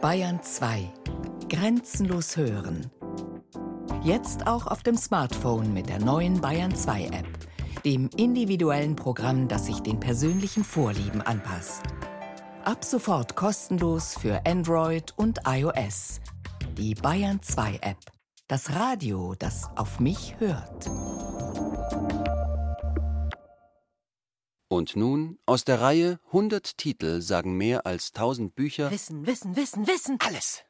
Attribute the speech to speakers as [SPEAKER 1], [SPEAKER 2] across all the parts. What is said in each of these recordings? [SPEAKER 1] Bayern 2. Grenzenlos hören. Jetzt auch auf dem Smartphone mit der neuen Bayern 2 App, dem individuellen Programm, das sich den persönlichen Vorlieben anpasst. Ab sofort kostenlos für Android und iOS. Die Bayern 2 App. Das Radio, das auf mich hört.
[SPEAKER 2] Und nun aus der Reihe 100 Titel sagen mehr als 1000 Bücher
[SPEAKER 3] Wissen, wissen, wissen, wissen.
[SPEAKER 2] alles.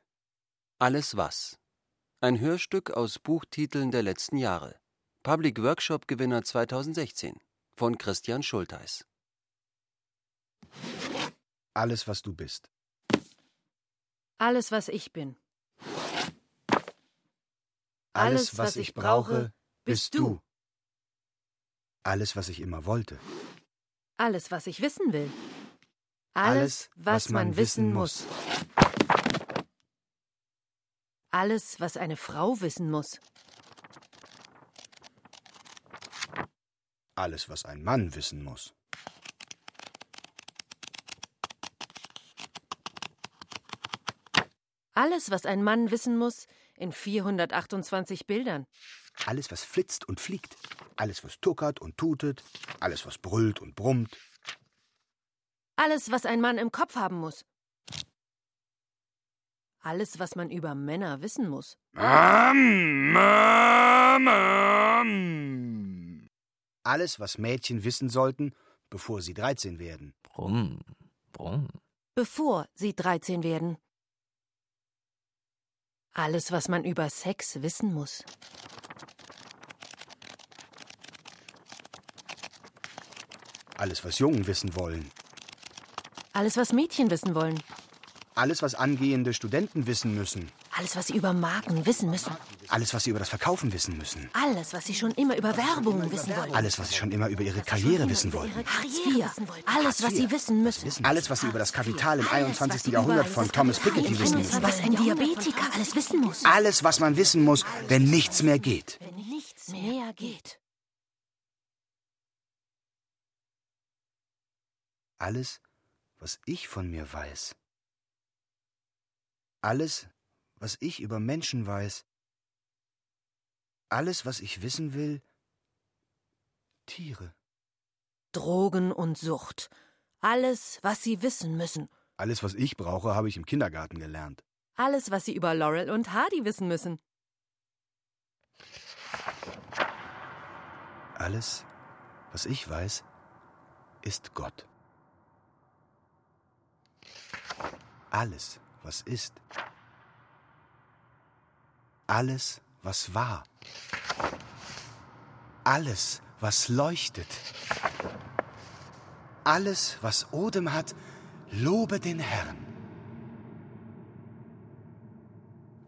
[SPEAKER 2] Alles was? Ein Hörstück aus Buchtiteln der letzten Jahre. Public Workshop Gewinner 2016 von Christian Schulteis.
[SPEAKER 4] Alles, was du bist.
[SPEAKER 3] Alles, was ich bin.
[SPEAKER 4] Alles, was ich brauche, bist du. Alles, was ich immer wollte.
[SPEAKER 3] Alles, was ich wissen will. Alles, was man wissen muss. Alles, was eine Frau wissen muss.
[SPEAKER 4] Alles, was ein Mann wissen muss.
[SPEAKER 3] Alles, was ein Mann wissen muss, in 428 Bildern.
[SPEAKER 4] Alles, was flitzt und fliegt. Alles, was tuckert und tutet. Alles, was brüllt und brummt.
[SPEAKER 3] Alles, was ein Mann im Kopf haben muss. Alles, was man über Männer wissen muss.
[SPEAKER 4] Alles, was Mädchen wissen sollten, bevor sie 13 werden.
[SPEAKER 5] Brumm, brumm.
[SPEAKER 3] Bevor sie 13 werden. Alles, was man über Sex wissen muss.
[SPEAKER 4] Alles, was Jungen wissen wollen.
[SPEAKER 3] Alles, was Mädchen wissen wollen.
[SPEAKER 4] Alles, was angehende Studenten wissen müssen.
[SPEAKER 3] Alles, was sie über Marken wissen müssen.
[SPEAKER 4] Alles, was sie über das Verkaufen wissen müssen.
[SPEAKER 3] Alles, was sie schon immer über Werbung wissen wollen.
[SPEAKER 4] Alles, was sie schon immer über ihre Karriere wissen wollten.
[SPEAKER 3] Hartz IV. Alles, was
[SPEAKER 4] Hartz
[SPEAKER 3] sie
[SPEAKER 4] IV.
[SPEAKER 3] wissen müssen.
[SPEAKER 4] Alles, was sie über das Kapital im
[SPEAKER 3] Alles, was
[SPEAKER 4] 21.
[SPEAKER 3] sie
[SPEAKER 4] Jahrhundert
[SPEAKER 3] über
[SPEAKER 4] von
[SPEAKER 3] das
[SPEAKER 4] Thomas
[SPEAKER 3] Kapital
[SPEAKER 4] Piketty
[SPEAKER 3] im
[SPEAKER 4] wissen müssen.
[SPEAKER 3] 21. Was ein Diabetiker alles wissen muss.
[SPEAKER 4] Alles, was man wissen muss, wenn nichts mehr geht.
[SPEAKER 3] Wenn nichts mehr geht.
[SPEAKER 4] Alles, was ich von mir weiß. Alles, was ich über Menschen weiß. Alles, was ich wissen will. Tiere.
[SPEAKER 3] Drogen und Sucht. Alles, was sie wissen müssen.
[SPEAKER 4] Alles, was ich brauche, habe ich im Kindergarten gelernt.
[SPEAKER 3] Alles, was sie über Laurel und Hardy wissen müssen.
[SPEAKER 4] Alles, was ich weiß, ist Gott. Alles, was ist. Alles, was war. Alles, was leuchtet. Alles, was Odem hat, lobe den Herrn.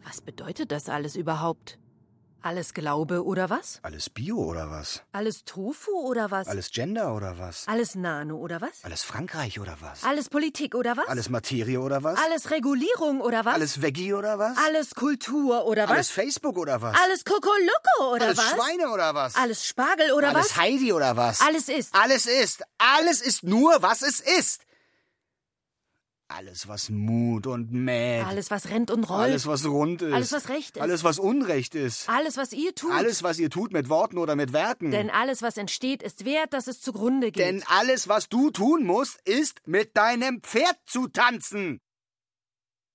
[SPEAKER 3] Was bedeutet das alles überhaupt? Alles Glaube oder was?
[SPEAKER 4] Alles Bio oder was?
[SPEAKER 3] Alles Tofu oder was?
[SPEAKER 4] Alles Gender oder was?
[SPEAKER 3] Alles Nano oder was?
[SPEAKER 4] Alles Frankreich oder was?
[SPEAKER 3] Alles Politik oder was?
[SPEAKER 4] Alles Materie oder was?
[SPEAKER 3] Alles Regulierung oder was?
[SPEAKER 4] Alles Veggie oder was?
[SPEAKER 3] Alles Kultur oder was?
[SPEAKER 4] Alles Facebook oder was?
[SPEAKER 3] Alles Kokoloko oder
[SPEAKER 4] Alles
[SPEAKER 3] was?
[SPEAKER 4] Schweine oder was?
[SPEAKER 3] Alles Spargel oder
[SPEAKER 4] Alles
[SPEAKER 3] was?
[SPEAKER 4] Heidi oder was?
[SPEAKER 3] Alles ist.
[SPEAKER 4] Alles ist. Alles ist nur, was es ist. Alles, was Mut und Mäd.
[SPEAKER 3] Alles, was rennt und rollt.
[SPEAKER 4] alles was rund ist.
[SPEAKER 3] Alles, was recht ist.
[SPEAKER 4] Alles, was unrecht ist.
[SPEAKER 3] Alles, was ihr tut.
[SPEAKER 4] Alles, was ihr tut mit Worten oder mit Werten.
[SPEAKER 3] Denn alles, was entsteht, ist wert, dass es zugrunde geht.
[SPEAKER 4] Denn alles, was du tun musst, ist, mit deinem Pferd zu tanzen.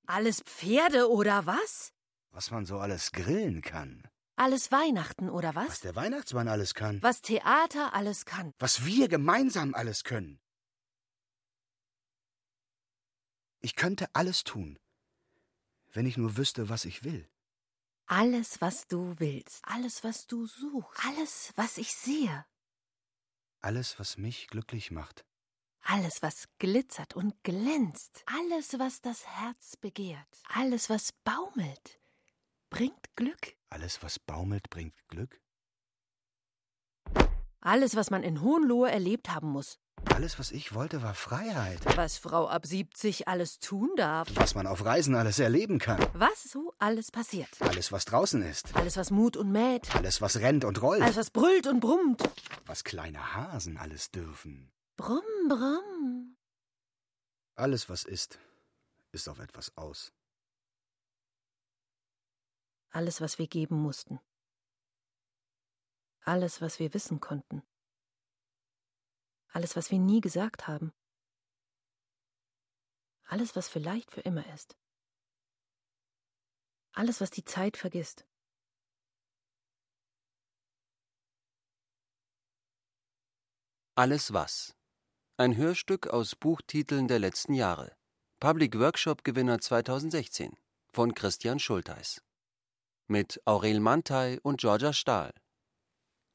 [SPEAKER 3] alles Pferde oder was?
[SPEAKER 4] Was man so alles grillen kann.
[SPEAKER 3] Alles Weihnachten oder
[SPEAKER 4] Was
[SPEAKER 3] was?
[SPEAKER 4] der Weihnachtsmann alles kann.
[SPEAKER 3] Was Theater alles kann.
[SPEAKER 4] was wir gemeinsam alles können. Ich könnte alles tun, wenn ich nur wüsste, was ich will.
[SPEAKER 3] Alles, was du willst. Alles, was du suchst. Alles, was ich sehe.
[SPEAKER 4] Alles, was mich glücklich macht.
[SPEAKER 3] Alles, was glitzert und glänzt, alles, was das Herz begehrt, alles, was baumelt, bringt Glück.
[SPEAKER 4] Alles, was baumelt, bringt Glück.
[SPEAKER 3] Alles, was man in Hohenlohe erlebt haben muss,
[SPEAKER 4] Alles, was ich wollte, war Freiheit.
[SPEAKER 3] was Frau ab 70 alles tun darf,
[SPEAKER 4] Was man auf Reisen alles erleben kann.
[SPEAKER 3] was so alles passiert.
[SPEAKER 4] Alles, was draußen ist.
[SPEAKER 3] Alles, was Mut und mäht,
[SPEAKER 4] Alles, was rennt und rollt.
[SPEAKER 3] alles, was brüllt und brummt.
[SPEAKER 4] was kleine Hasen alles dürfen.
[SPEAKER 3] Brumm, brumm.
[SPEAKER 4] Alles, was ist, ist auf etwas aus.
[SPEAKER 3] Alles, was wir geben mussten. Alles, was wir wissen konnten. Alles, was wir nie gesagt haben. Alles, was vielleicht für immer ist. Alles, was die Zeit vergisst.
[SPEAKER 2] Alles was. Ein Hörstück aus Buchtiteln der letzten Jahre. Public Workshop Gewinner 2016 von Christian Schulteis. Mit Aurel Mantei und Georgia Stahl.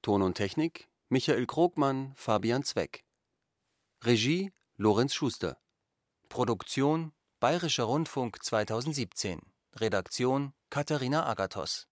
[SPEAKER 2] Ton und Technik Michael Krogmann, Fabian Zweck. Regie Lorenz Schuster. Produktion Bayerischer Rundfunk 2017. Redaktion Katharina Agathos.